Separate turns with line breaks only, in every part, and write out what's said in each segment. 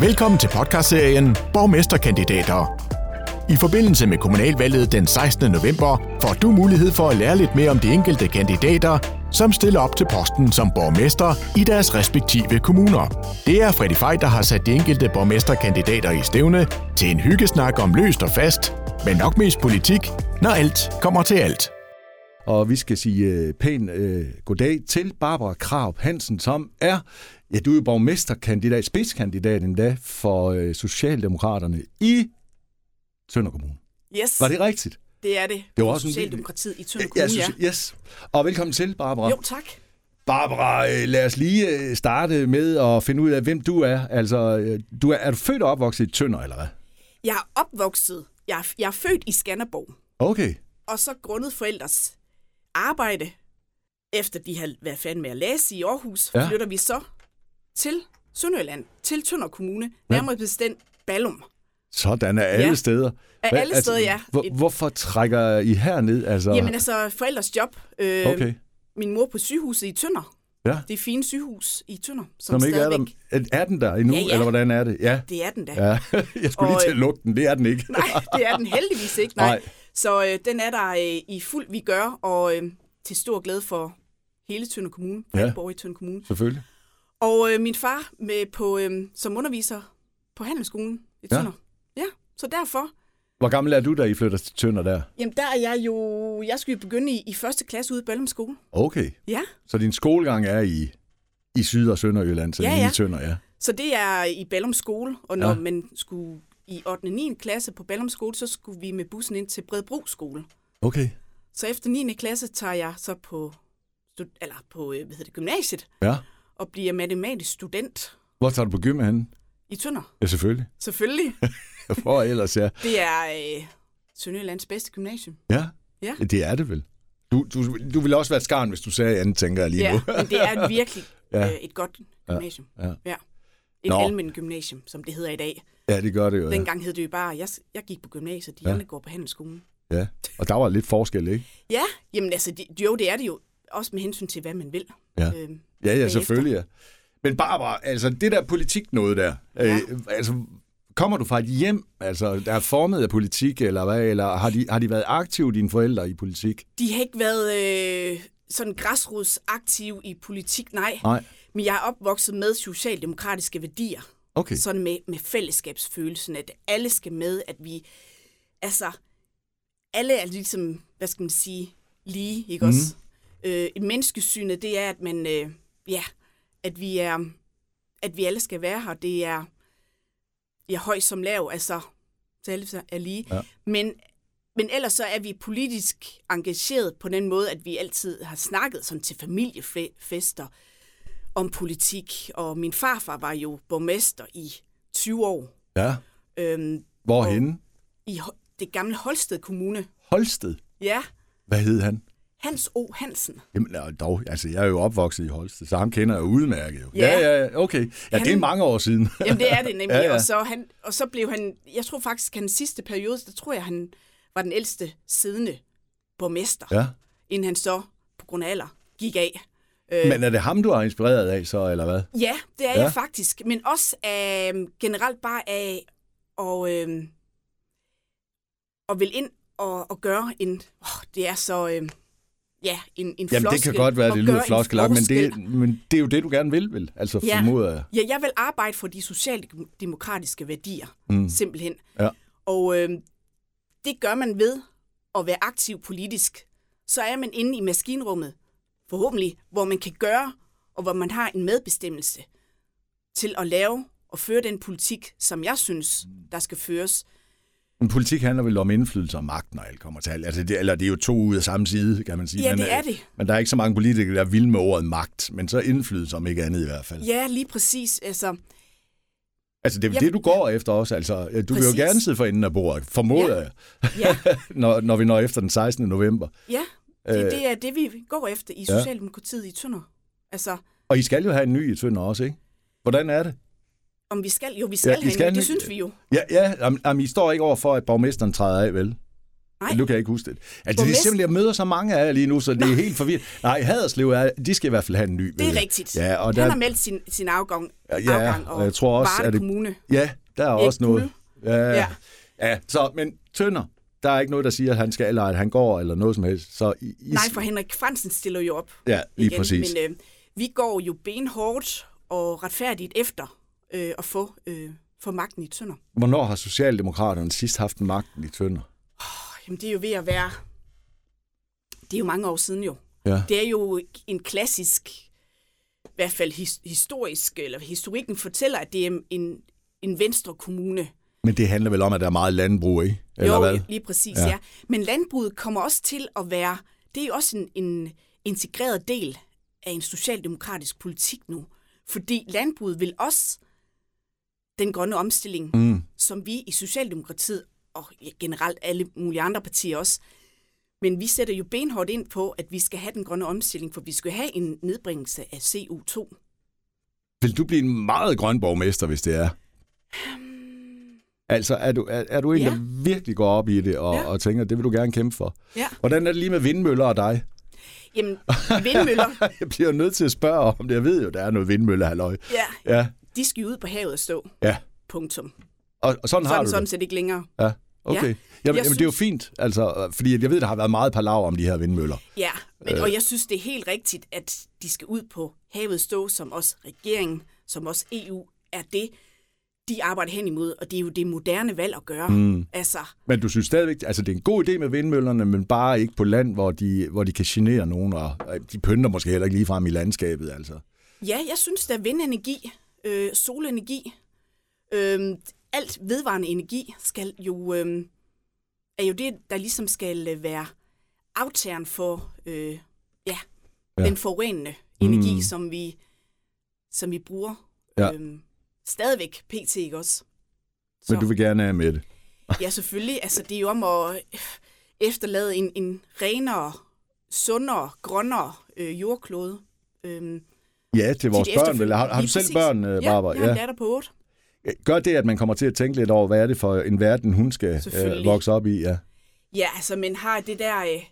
Velkommen til podcastserien Borgmesterkandidater. I forbindelse med kommunalvalget den 16. november får du mulighed for at lære lidt mere om de enkelte kandidater, som stiller op til posten som borgmester i deres respektive kommuner. Det er Freddy Fej, der har sat de enkelte borgmesterkandidater i stævne til en hyggesnak om løst og fast, men nok mest politik, når alt kommer til alt.
Og vi skal sige øh, pænt øh, goddag til Barbara Krav Hansen, som er, ja, du er jo borgmesterkandidat, spidskandidat endda for øh, Socialdemokraterne i Tønder Kommune.
Yes,
Var det rigtigt?
det er det.
Det var
For
også en-
Socialdemokratiet i Tønder
Ja,
Kommune, ja.
yes. Og velkommen til, Barbara.
Jo, tak.
Barbara, øh, lad os lige øh, starte med at finde ud af, hvem du er. Altså, øh, du er, er du født og opvokset i Tønder, eller hvad?
Jeg er opvokset. Jeg er, jeg er født i Skanderborg.
Okay.
Og så grundet forældres arbejde, efter de har været fanden med at læse i Aarhus,
Ja.
ja. flytter vi så til Sønderjylland, til Tønder Kommune, nærmere bestemt Ballum.
Sådan er alle
Ja.
steder.
Af
Hvad- altså,
alle steder, ja.
Hvor,
Et-
hvorfor trækker I herned? Altså,
Jamen altså, forældres job. Øh,
okay.
Min mor på sygehuset i Tønder.
Ja.
Det fine sygehus i Tønder, som,
Som ikke er,
stadigvæk...
der, er den der endnu,
Ja, ja.
eller hvordan er det? Ja.
Det er den da.
Ja, jeg skulle lige
Og,
til at lukke den. Det er den ikke.
Nej, det er den heldigvis ikke, nej.
Nej.
nej. Så øh, den er der øh, i fuld vi gør, og øh, til stor glæde for hele Tønder Kommune,
Ja.
for alle borgere i Tønder Kommune.
Selvfølgelig.
Og øh, min far med på, øh, som underviser på Handelsskolen i
Ja.
Tønder. Ja. ja, så derfor,
Hvor gammel er du, da I flytter til Tønder der?
jamen der er jeg jo, jeg skal jo begynde i, i første klasse ude i Bøllum Skole.
Okay.
Ja,
Så din skolegang er i, i Syd- og Sønderjylland, så
Ja,
ja, ja.
ja.
i Tønder, ja.
så det er i Ballum Skole, og når
Ja.
ja. man skulle i 8. og 9. klasse på Ballum Skole, så skulle vi med bussen ind til Bredbro Skole.
Okay.
Så efter 9. klasse tager jeg så på, stud- eller på øh, hvad hedder det, gymnasiet
Ja.
og bliver matematisk student
Hvor tager du på gym henne?
i Tønder.
Ja, selvfølgelig.
Selvfølgelig.
Hvor ellers, ja.
Det er øh, Sønderjyllands bedste gymnasium.
Ja.
Ja.
Det er det vel. Du, du, du ville også være et skarn, hvis du sagde andet, tænker jeg lige
Ja,
nu.
men det er et virkelig
Ja.
øh, et godt gymnasium.
Ja.
ja. Et
Nå.
almindeligt gymnasium, som det hedder i dag.
ja, det gør det jo. Ja.
Dengang hed det jo bare, jeg, jeg gik på gymnasiet, de
Ja.
andre går på handelsskolen.
ja. Og der var lidt forskel, ikke?
Ja, jamen altså, de, jo, det er det jo. Også med hensyn til, hvad man vil.
Ja.
Øhm,
Ja, ja,
bagefter.
selvfølgelig, ja. Men Barbara, altså det der politik noget der, ja.
Ja.
øh, altså kommer du fra et hjem, altså der er formet af politik, eller hvad, eller har de, har de været aktive, dine forældre, i politik?
De har ikke været øh, sådan græsrodsaktive i politik, nej.
Nej.
Men jeg er opvokset med socialdemokratiske værdier.
Okay. Så...
Sådan med, med fællesskabsfølelsen, at alle skal med, at vi... Altså, alle er ligesom, hvad skal man sige, lige, ikke mm. også? Øh, et menneskesyn, det er, at man... Øh, ja, at vi er... At vi alle skal være her, det er... Ja, høj som lav, altså... Så alle er lige.
Ja.
Men, men ellers så er vi politisk engageret på den måde, at vi altid har snakket sådan til familiefester, om politik, og min farfar var jo borgmester i 20 år
Ja.
øhm,
Hvorhenne?
i Ho- det gamle Holsted Kommune.
Holsted.
Ja,
Hvad hed han?
Hans O. Hansen.
Jamen nå, dog, altså jeg er jo opvokset i Holsted, så ham kender jeg udmærket jo.
Ja.
ja, ja okay. Ja, han... det er
Han-
mange år siden.
Jamen det er det nemlig,
Ja, ja.
Og, så han, og så blev han, jeg tror faktisk, hans sidste periode, der tror jeg, han var den ældste siddende borgmester,
ja.
inden han så på grund af alder gik af.
Men er det ham, du har inspireret af så, eller hvad?
Ja, det er
Ja.
ja. jeg faktisk. Men også af, generelt bare af og, øhm, og vil ind og, og gøre en... Oh, det er så... Øhm, ja, en, en
Jamen det
floskel,
kan godt være,
at
det lyder
gøre en
floskelagt, men det,
forskel.
men det er jo det, du gerne vil, vel? Altså
Ja.
formoder jeg.
Ja, jeg vil arbejde for de socialdemokratiske værdier, mm. simpelthen.
Ja.
Og øhm, det gør man ved at være aktiv politisk. Så er man inde i maskinrummet, forhåbentlig, hvor man kan gøre, og hvor man har en medbestemmelse til at lave og føre den politik, som jeg synes, der skal føres.
Men politik handler vel om indflydelse og magt, når alt kommer til alt. Altså, det, eller det er jo to ud af samme side, kan man sige.
Ja,
men,
det er
øh,
det.
Men der er ikke så mange politikere, der er vilde med ordet magt, men så indflydelse om ikke andet i hvert fald.
Ja, lige præcis. Altså,
Altså, det er
Ja.
ja. det, du går efter også. Altså, øh, du Præcis. vil jo
Præcis.
gerne sidde for enden af bordet, formoder
Ja.
jeg,
ja,
når, når vi når efter den 16. november.
ja. Det,
Øh.
det er det, vi går efter i
Ja.
Socialdemokratiet i Tønder. Altså,
Og I skal jo have en ny i Tønder også, ikke? Hvordan er det?
om vi skal... Jo, vi skal,
I
ja,
skal
skal
en øh, ny-
det synes vi jo.
Ja, ja jamen, jamen, I står ikke over for, at borgmesteren træder af, vel?
Nej.
Nej. Nu kan jeg ikke huske det. Altså, det er
Borgmester-
simpelthen, jeg møder så mange af jer lige nu, så det er helt forvirret. Nej, Haderslev er, de skal i hvert fald have en ny.
Det
ved
er
jeg.
rigtigt.
Ja, og
Han
der,
har meldt sin, sin afgang,
Ja,
afgang
og jeg tror også,
Varde
at det-
Kommune.
ja, der er også noget. Ja,
Ja.
ja. ja, så, men Tønder, der er ikke noget, der siger, at han skal, eller at han går, eller noget som helst. Så I, I,
Nej, for Henrik Fransen stiller jo op.
Ja, lige
igen,
præcis.
Men øh, vi går jo benhårdt og retfærdigt efter øh, at få, øh, få magten i Tønder.
Hvornår har Socialdemokraterne sidst haft magten i Tønder?
Jamen, det er jo ved at være... Det er jo mange år siden jo.
Ja.
Det er jo en klassisk, i hvert fald his, historisk, eller historikken fortæller, at det er en, en venstre kommune.
Men det handler vel om, at der er meget landbrug, ikke? Eller
jo,
hvad?
lige præcis, ja.
Ja.
ja. Men landbruget kommer også til at være, det er jo også en, en integreret del af en socialdemokratisk politik nu. Fordi landbruget vil også den grønne omstilling, mm. som vi i Socialdemokratiet, og ja, generelt alle mulige andre partier også, men vi sætter jo benhårdt ind på, at vi skal have den grønne omstilling, for vi skal have en nedbringelse af CO2.
Vil du blive en meget grøn borgmester, hvis det er? Altså, er du, er, er du en,
Øhm. Ja.
ja. der virkelig går op i det og,
Ja.
ja. og tænker, det vil du gerne kæmpe for?
Ja.
Hvordan er det lige med vindmøller og dig?
Jamen, vindmøller,
Jeg bliver nødt til at spørge om det. Jeg ved jo, der er noget vindmøller, halløj.
ja,
Ja,
de skal jo ud på havet og stå.
ja.
Punktum.
Og, og sådan,
Sådan,
har du
sådan
det?
set ikke længere.
Ja, okay.
Ja.
Jamen,
Jeg
jamen det er jo
synes-
fint, altså, fordi jeg ved, der har været meget palaver om de her vindmøller.
Ja, men, øh. og jeg synes, det er helt rigtigt, at de skal ud på havet stå, som også regeringen, som også EU er det, de arbejder hen imod, og det er jo det moderne valg at gøre. Mm. Altså,
Men du synes stadigvæk, altså det er en god idé med vindmøllerne, men bare ikke på land, hvor de, hvor de kan genere nogen, og og de pynter måske heller ikke ligefrem i landskabet, altså.
ja, jeg synes, der er vindenergi, øh, solenergi, øh, alt vedvarende energi skal jo, øh, er jo det, der ligesom skal øh, være aftageren for øh, ja, ja.
Ja. Mm.
den forurenende energi, som vi, som vi bruger
Ja.
øhm, stadigvæk pt. ikke også? Så,
Men du vil gerne af med det.
Ja, selvfølgelig. Altså, det er jo om at øh, efterlade en, en renere, sundere, grønnere øh, jordklode. Øhm,
Ja, til vores
de
børn.
efterfølgende-
Vel? Har, har du
Lige
selv
præcis.
børn, øh, Barbara?
Ja, jeg har en datter på 8.
Gør det, at man kommer til at tænke lidt over, hvad er det for en verden, hun skal
Selvfølgelig.
øh, vokse op i? Ja.
Ja, altså, men har det der øh,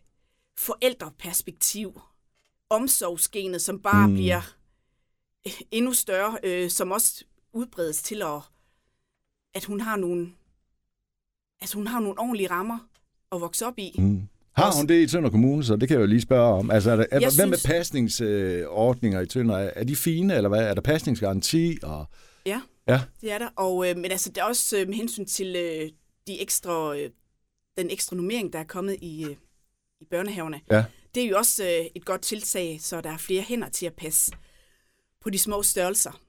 forældreperspektiv, omsorgsgenet, som bare mm. bliver øh, endnu større, øh, som også udbredes til, at, at hun har nogle, altså, hun har nogle ordentlige rammer at vokse op i. Mm.
Har hun det i Tønder Kommune, så det kan jeg jo lige spørge om. Altså, er der, er,
Jeg
hvad synes...
synes-
med pasningsordninger i Tønder? Er, er de fine, eller hvad? Er der pasningsgaranti? Og...
Ja.
Ja.
Det er der. Og, øh, men altså, det er også øh, med hensyn til øh, de ekstra, øh, den ekstra normering, der er kommet i, øh, i børnehaverne.
Ja.
Det er jo også øh, et godt tiltag, så der er flere hænder til at passe på de små størrelser.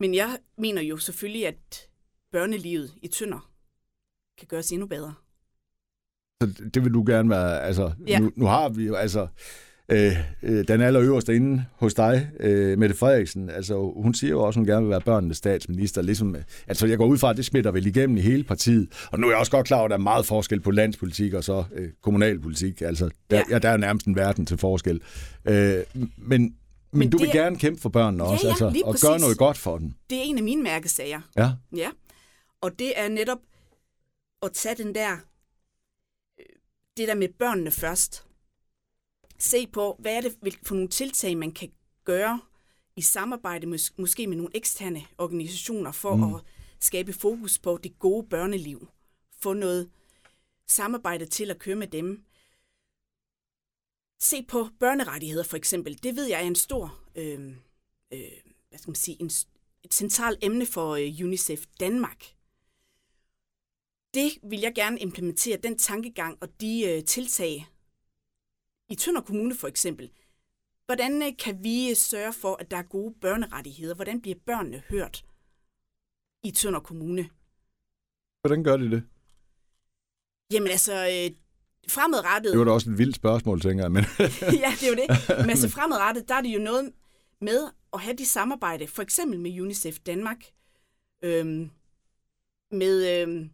Men jeg mener jo selvfølgelig, at børnelivet i Tønder kan gøres endnu bedre.
Så det vil du gerne være, altså,
Ja.
ja. nu, nu har vi jo, altså, øh, øh, den allerøverste inde hos dig, øh, Mette Frederiksen, altså, hun siger jo også, hun gerne vil være børnenes statsminister, ligesom, øh, altså, jeg går ud fra, at det smitter vel igennem i hele partiet, og nu er jeg også godt klar over, at der er meget forskel på landspolitik og så øh, kommunalpolitik, altså, der,
Ja.
ja. Ja, der er jo nærmest en verden til forskel, øh, men, men, men du
det
vil
er-
gerne kæmpe for børnene
Ja,
også,
ja,
altså,
lige
og
præcis.
gøre noget godt for dem,
Det er en af mine mærkesager.
ja.
Ja, og det er netop at tage den der, øh, det der med børnene først. Se på, hvad er det hvil- for nogle tiltag, man kan gøre i samarbejde mås- måske med nogle eksterne organisationer for mm. at skabe fokus på det gode børneliv. Få noget samarbejde til at køre med dem. Se på børnerettigheder for eksempel. Det ved jeg er en stor, øh, øh, hvad skal man sige, en, s- et centralt emne for øh, UNICEF Danmark. Det vil jeg gerne implementere, den tankegang og de øh, tiltag i Tønder Kommune for eksempel. Hvordan øh, kan vi øh, sørge for, at der er gode børnerettigheder? Hvordan bliver børnene hørt i Tønder Kommune?
Hvordan gør de det?
Jamen altså, øh, fremadrettet...
Det var da også et vildt spørgsmål, tænker jeg, men
ja, det er jo det. Men altså fremadrettet, der er det jo noget med at have de samarbejde, for eksempel med UNICEF Danmark, øhm, med øhm,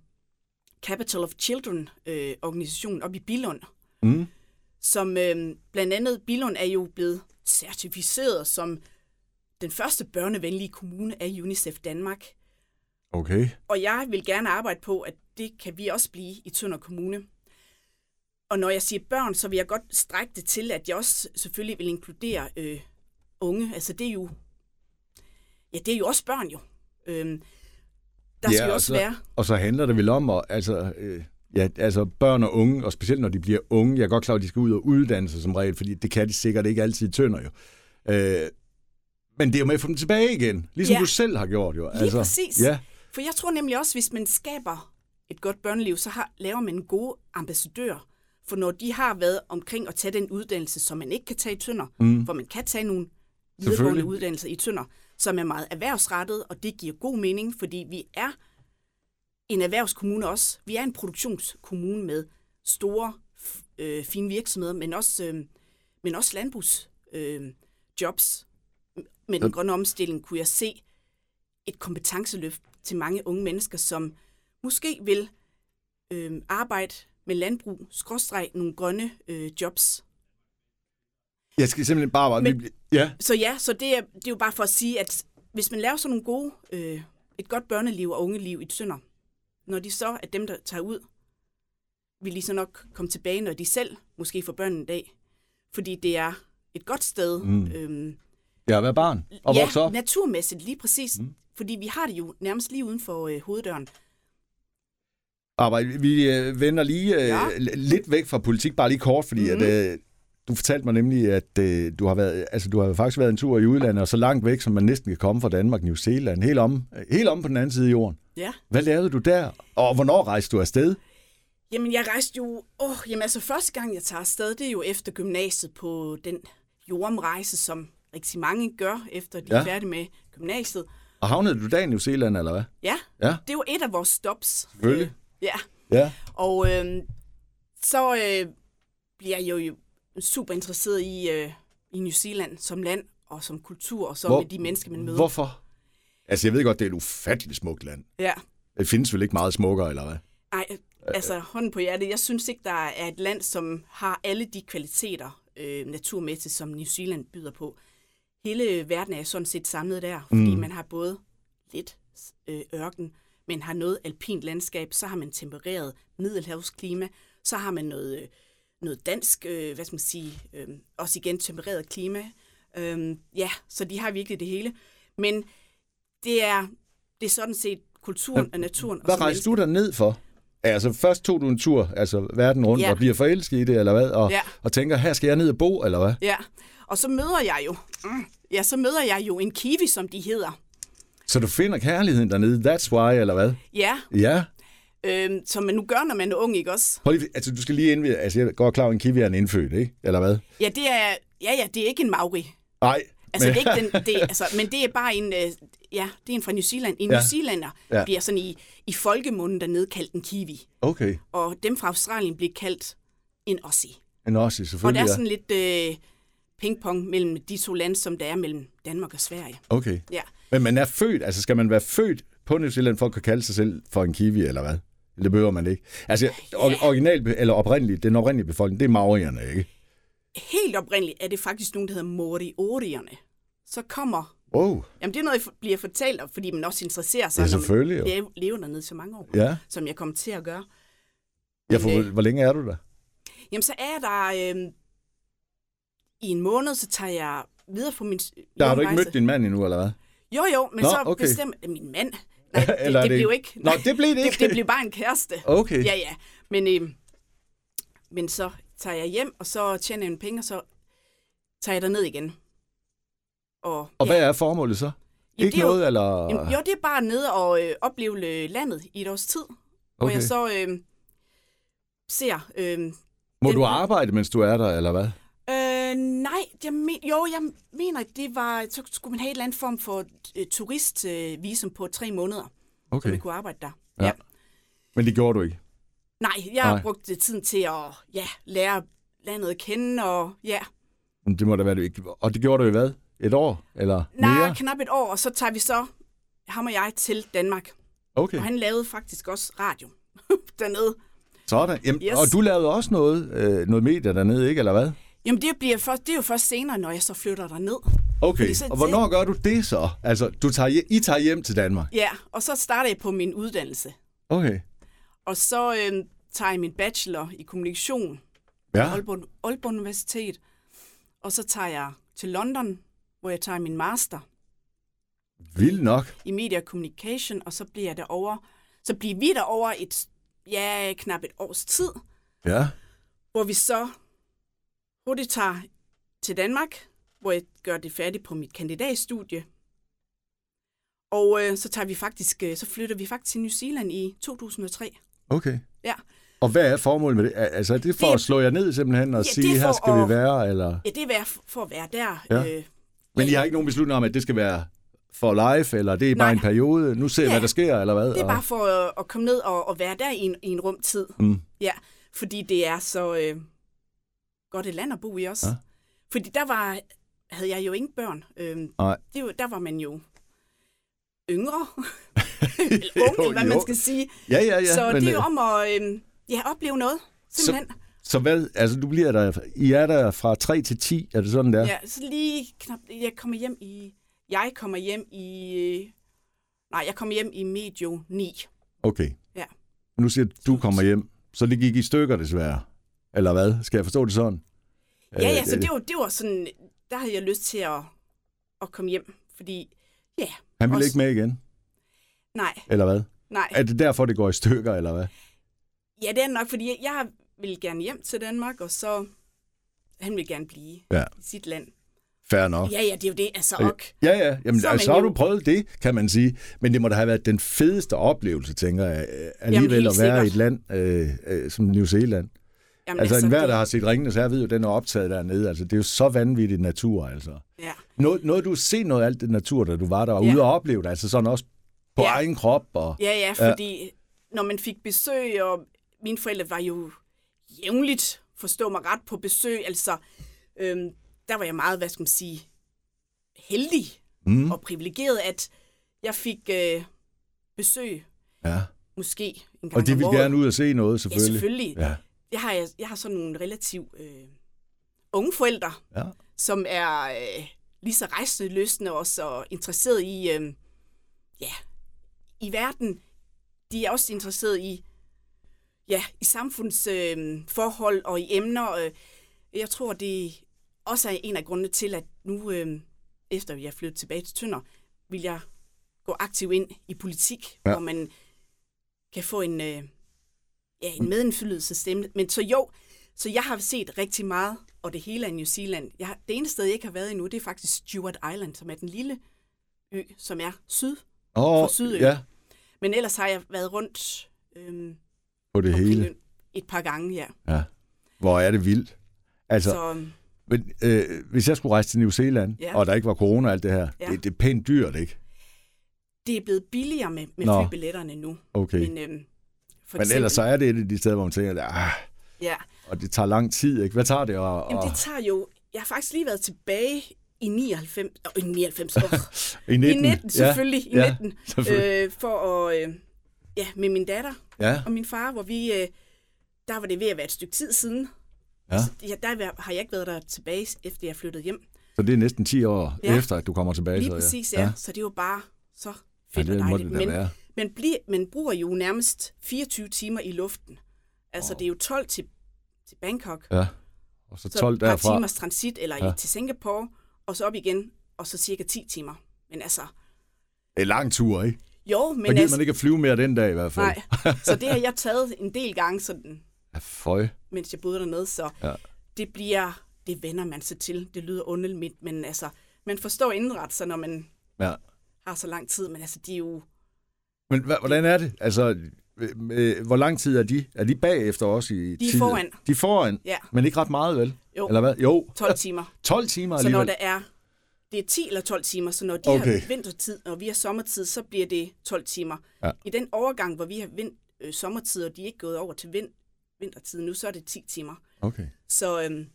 Capital of Children øh, organisationen op i Billund,
Mm.
som øhm, blandt andet, Billund er jo blevet certificeret som den første børnevenlige kommune af UNICEF Danmark.
okay.
Og jeg vil gerne arbejde på, at det kan vi også blive i Tønder Kommune. Og når jeg siger børn, så vil jeg godt strække det til, at jeg også selvfølgelig vil inkludere øh, unge. Altså det er jo, ja, det er jo også børn jo. Øhm, der skal jo
og
også
så,
være...
Og så handler det vel om, at altså, øh, ja, altså børn og unge, og specielt når de bliver unge, jeg er godt klar, over, at de skal ud og uddanne sig som regel, fordi det kan de sikkert ikke altid i tønder jo. Øh, men det er jo med at få dem tilbage igen, ligesom
Ja.
du selv har gjort jo.
Lige altså, præcis.
Ja,
For jeg tror nemlig også, hvis man skaber et godt børneliv, så har, laver man gode ambassadører. For når de har været omkring at tage den uddannelse, som man ikke kan tage i Tønder, mm. for man kan tage nogle videregående
Selvfølgelig.
uddannelser i Tønder, som er meget erhvervsrettet, og det giver god mening, fordi vi er en erhvervskommune også. Vi er en produktionskommune med store, f- øh, fine virksomheder, men også, øh, men også landbrugsjobs. Øh, jobs. med den grønne omstilling kunne jeg se et kompetenceløft til mange unge mennesker, som måske vil øh, arbejde med landbrug, skråstreg nogle grønne øh, jobs.
jeg skal simpelthen bare... bare
Men-
lige, ja.
Så ja, så det er, det er jo bare for at sige, at hvis man laver sådan nogle gode, øh, et godt børneliv og ungeliv i Tønder, når de så, at dem, der tager ud, vil lige så nok komme tilbage, når de selv måske får børn en dag. Fordi det er et godt sted. Mm. Øhm,
Jeg har været barn og
ja,
vokset op.
naturmæssigt lige præcis. Mm. Fordi vi har det jo nærmest lige uden for øh, hoveddøren.
Arbejde. Vi øh, vender lige øh,
Ja. Mhm.
ja. lidt væk fra politik, bare lige kort, fordi mm-hmm. at, øh, du fortalte mig nemlig, at øh, du har været, altså, du har faktisk været en tur i udlandet, og så langt væk, som man næsten kan komme fra Danmark, New Zealand, helt om, øh, helt om på den anden side af jorden.
Ja.
Hvad lavede du der, og hvornår rejste du afsted?
Jamen, jeg rejste jo... Åh, jamen altså, første gang, jeg tager afsted, det er jo efter gymnasiet på den jordomrejse, som rigtig mange gør, efter de ja.
Ja.
er færdige med gymnasiet.
Og havnede du der i New Zealand, eller hvad?
Ja,
Ja,
det var et af vores stops.
Selvfølgelig.
Øh, ja,
ja.
og øh, så øh, bliver jeg jo, jo super interesseret i, øh, i New Zealand som land og som kultur og som
Hvor-
med de mennesker, man møder.
Hvorfor? Altså, jeg ved godt, det er et ufatteligt smukt land.
Ja.
Det findes vel ikke meget smukkere, eller hvad?
Ej,
Øh,
altså hånden på hjertet. Jeg synes ikke, der er et land, som har alle de kvaliteter øh, naturmæssigt, som New Zealand byder på. Hele verden er sådan set samlet der, fordi mm. man har både lidt øh, ørken, men har noget alpint landskab, så har man tempereret middelhavsklima, så har man noget, øh, noget dansk, øh, hvad skal man sige, øh, også igen tempereret klima. Øh, ja, så de har virkelig det hele. Men det er, det er sådan set kulturen og naturen. og
Hvad
så
rejste du der ned for? Altså, først tog du en tur, altså verden rundt,
Ja.
ja. og bliver forelsket i det, eller hvad? Og,
Ja.
og tænker, her skal jeg ned og bo, eller hvad?
Ja, og så møder jeg jo, mm, ja, så møder jeg jo en kiwi, som de hedder.
Så du finder kærligheden dernede, that's why, eller hvad?
Ja,
Ja.
øhm, som man nu gør, når man er ung, ikke også?
Prøv lige, altså, du skal lige indvide, altså, jeg går klar, over, en kiwi er en indfødt, ikke? Eller hvad?
Ja, det er, ja, ja, det er ikke en maori.
Nej.
Altså, det er ikke den, det, er- altså, men det er bare en, øh, ja, det er en fra New Zealand. En ja. New Zealander ja.
Ja.
bliver sådan i, i folkemunden dernede kaldt en kiwi,
Okay.
og dem fra Australien bliver kaldt en Aussie.
En også,
Og der
selvfølgelig,
er
ja.
sådan lidt øh, pingpong mellem de to lande, som der er mellem Danmark og Sverige.
Okay.
Ja.
Men man er født, altså skal man være født på New Zealand for at kunne kalde sig selv for en kiwi, eller hvad? Det behøver man ikke. Altså, or- original, eller oprindelig, den oprindelige befolkning, det er maorierne, ikke?
Helt oprindeligt er det faktisk nogen, der hedder Moriorierne. Så kommer
Wow.
Jamen, det er noget, jeg bliver fortalt om, fordi man også interesserer sig,
Ja,
når
selvfølgelig,
man
jo.
lever- lever dernede så mange år,
Ja.
som jeg kom til at gøre.
Jeg
Men, øh,
får, hvor længe er du der?
Jamen, så er jeg der øh, i en måned, så tager jeg videre på min
Der har du ikke mødt din mand endnu, eller hvad?
Jo, jo, men Nå,
Nå,
så okay.
okay.
bestemmer min mand. Nej, det,
Eller er
det,
det-
blev ikke.
Nå, det blev det
Det,
ikke.
det blev bare en kæreste.
Okay.
Ja, ja. Men, øh, men så tager jeg hjem, og så tjener jeg en penge, og så tager jeg derned igen. Og,
Og
ja.
hvad er formålet så? ikke
det er jo-
noget, eller...
Jamen, jo, det er bare ned og øh, opleve øh, landet i et års tid, okay. hvor
Okay.
jeg så øh, ser... Øh,
Må
den-
du arbejde, mens du er der, eller hvad?
Øh, nej, jeg men, jo, jeg mener, at det var, så skulle man have et eller andet form for øh, turistvisum øh, visum på tre måneder, okay. så
Okay.
man kunne arbejde der.
Ja. Men det gjorde du ikke?
Nej, jeg har
Nej.
brugt øh, tiden til at ja, lære landet at kende, og ja,
Men Det må da være, du ikke... Og det gjorde du i hvad? Et år? Eller
nej,
mere?
knap et år, og så tager vi så, ham og jeg, til Danmark.
Okay.
Og han lavede faktisk også radio dernede.
Sådan. Jamen,
Yes.
yes. Og du lavede også noget, øh, noget medier dernede, ikke? Eller hvad?
Jamen, det, bliver først, det er jo først senere, når jeg så flytter derned. Fordi
Okay,
så-
og hvornår gør du det så? Altså, du tager, hje- I tager hjem til Danmark?
Ja, og så starter jeg på min uddannelse. øhm,
Okay.
Og så øh, tager jeg min bachelor i kommunikation
Ja.
Aalborg, Aalborg Universitet. Og så tager jeg til London, hvor jeg tager min master
Vildt nok.
i Media Communication, og så bliver jeg derovre. Så bliver vi derovre et, ja, knap et års tid,
Ja.
hvor vi så hurtigt tager til Danmark, hvor jeg gør det færdigt på mit kandidatstudie. Og øh, så, tager vi faktisk, øh, så flytter vi faktisk til New Zealand i 2003.
Okay.
Ja,
Og hvad er formålet med det? Al- Altså, er det for
Det-
at slå jer ned simpelthen og
Ja,
sige,
det er
her
for
skal
at-
vi være, eller...
ja det er være f- for at være der.
Ja.
Øh,
Men I har ikke nogen beslutning om, at det skal være for life, eller det er bare
Nej.
en periode, nu ser jeg,
Ja.
hvad der sker, eller hvad?
det er
og-
bare for øh, at komme ned og, og være der i en, i en rumtid.
Mm.
Ja, fordi det er så øh, godt et land at bo i også.
Ja.
Ja. Fordi der var, havde jeg jo ingen børn. Øhm,
Nej.
det, var- der var man jo yngre, eller ung, eller hvad man skal sige.
Ja, ja, ja.
Ja, så
men,
det er jo
øh,
om at øh, ja, opleve noget, simpelthen. Så,
Så hvad, altså du bliver der, I er der fra 3 til 10, er det sådan der?
ja. ja, så lige knap, jeg kommer hjem i, jeg kommer hjem i, øh, nej, jeg kommer hjem i medio 9.
Okay.
Ja.
Nu siger du, du kommer hjem, så det gik i stykker desværre. Eller hvad? Skal jeg forstå det sådan? Øh,
Ja, ja, så det var, det var sådan, der havde jeg lyst til at, at komme hjem, fordi, ja,
Han ville
også-
ikke med igen,
nej,
eller hvad?
nej.
Er det derfor, det går i stykker, eller hvad?
Ja, det er det nok, fordi jeg- jeg vil gerne hjem til Danmark, og så han vil gerne blive
Ja. Øh,
i sit land.
Fair nok.
Ja, ja, det er jo det, altså ok.
Ja, ja. Jamen,
Så
så,
er man
altså, så har
jo-
du prøvet det, kan man sige. Men det må da have været den fedeste oplevelse, tænker jeg, øh, alligevel
helt
at være i et
sikkert.
land øh, øh, som New Zealand.
Jamen,
Altså, enhver,
det-
der har set Ringenes Herre, ved jo, den er optaget dernede. Altså, det er jo så vanvittigt natur, altså.
Ja,
Nå, nåede du at se noget af alt det natur, da du var der, og
Ja.
ude og opleve det? Altså sådan også på
Ja.
egen krop? Og...
ja, ja fordi når man fik besøg, og mine forældre var jo jævnligt, forstå mig ret, på besøg, altså, øhm, der var jeg meget, hvad skal man sige, heldig
Mm.
og privilegeret, at jeg fik øh, besøg,
ja.
måske en gang
Og de
om
ville
året.
gerne ud og se noget,
Ja,
selvfølgelig.
selvfølgelig. Ja.
Ja,
Jeg, har, jeg, jeg har sådan nogle relativt øh, unge forældre,
ja.
som er øh, lige så rejsende løsende og så interesseret i, øh, ja, i verden. De er også interesseret i, ja, i samfundsforhold øh, forhold og i emner. Øh. Jeg tror, det også er en af grundene til, at nu, øh, efter jeg flyttede tilbage til Tønder, vil jeg gå aktivt ind i politik,
Ja.
ja. hvor man kan få en, øh, ja, en medindflydelse stemme. Men så jo, så jeg har set rigtig meget, og det hele af New Zealand. Jeg, har- det eneste sted, jeg ikke har været endnu, det er faktisk Stewart Island, som er den lille ø, som er syd.
Og,
Fra Sydøen.
ja,
Men ellers har jeg været rundt øhm,
på det
omkring
hele.
øen et par gange, ja.
Ja. Hvor er det vildt. Altså,
Så, øhm, så
Men, øh, hvis jeg skulle rejse til New Zealand, ja.
Ja.
og der ikke var corona og alt det her, ja.
Ja.
det, det er pænt dyrt, ikke?
det er blevet billigere med, med
Nå.
flybilletterne nu.
Okay. Men,
Men, øhm, for
men ellers så er det et af de steder, hvor man tænker, ah,
Ja.
og det tager lang tid, ikke? Hvad tager det? Og,
Jamen,
og,
det tager jo... Jeg har faktisk lige været tilbage i 99... Øh, 99 år.
I
I
19,
19, selvfølgelig. I
Ja,
19.
selvfølgelig.
Øh, for at... Øh, ja, med min datter
ja,
og min far, hvor vi... Øh, der var det ved at være et stykke tid siden.
Ja.
Så, ja, der har jeg ikke været der tilbage, efter jeg flyttede hjem.
så det er næsten 10 år ja.
Ja.
efter, at du kommer tilbage.
Lige
så,
præcis, ja. ja. Så det er jo bare så fedt
Ja,
ja,
det
og
må
dejligt.
det da
men,
være.
men bliv, man bruger jo nærmest 24 timer i luften. Altså, oh. det er jo 12 til, til Bangkok,
ja. Og så
så
12
et par
derfra.
timers transit, eller
Ja.
ja. til Singapore, og så op igen, og så cirka 10 timer. Men altså,
Det er en lang tur, ikke?
jo,
Men
men
gider
altså,
man ikke at flyve mere den dag i hvert fald.
nej. Så det har jeg taget en del gange, sådan,
Ja, føj.
mens jeg boede dernede, så
Ja.
ja. det bliver, det vender man sig til. Det lyder underligt, men altså, man forstår indret sig, når man
Ja.
har så lang tid, men altså, det er jo,
Men hva- hvordan er det? Altså, øh, øh, hvor lang tid er de? Er de bagefter også i
De er
tiden?
foran.
De er foran?
Ja.
Men ikke ret meget, vel?
Jo.
Eller hvad? Jo.
12 timer.
12 timer
Så når
alligevel.
der er, det er 10 eller 12 timer, så når de
Okay.
har vintertid, og vi har sommertid, så bliver det 12 timer.
Ja.
I den overgang, hvor vi har vind, øh, sommertid, og de er ikke gået over til vind, vintertid nu, så er det 10 timer.
Okay.
Så øhm,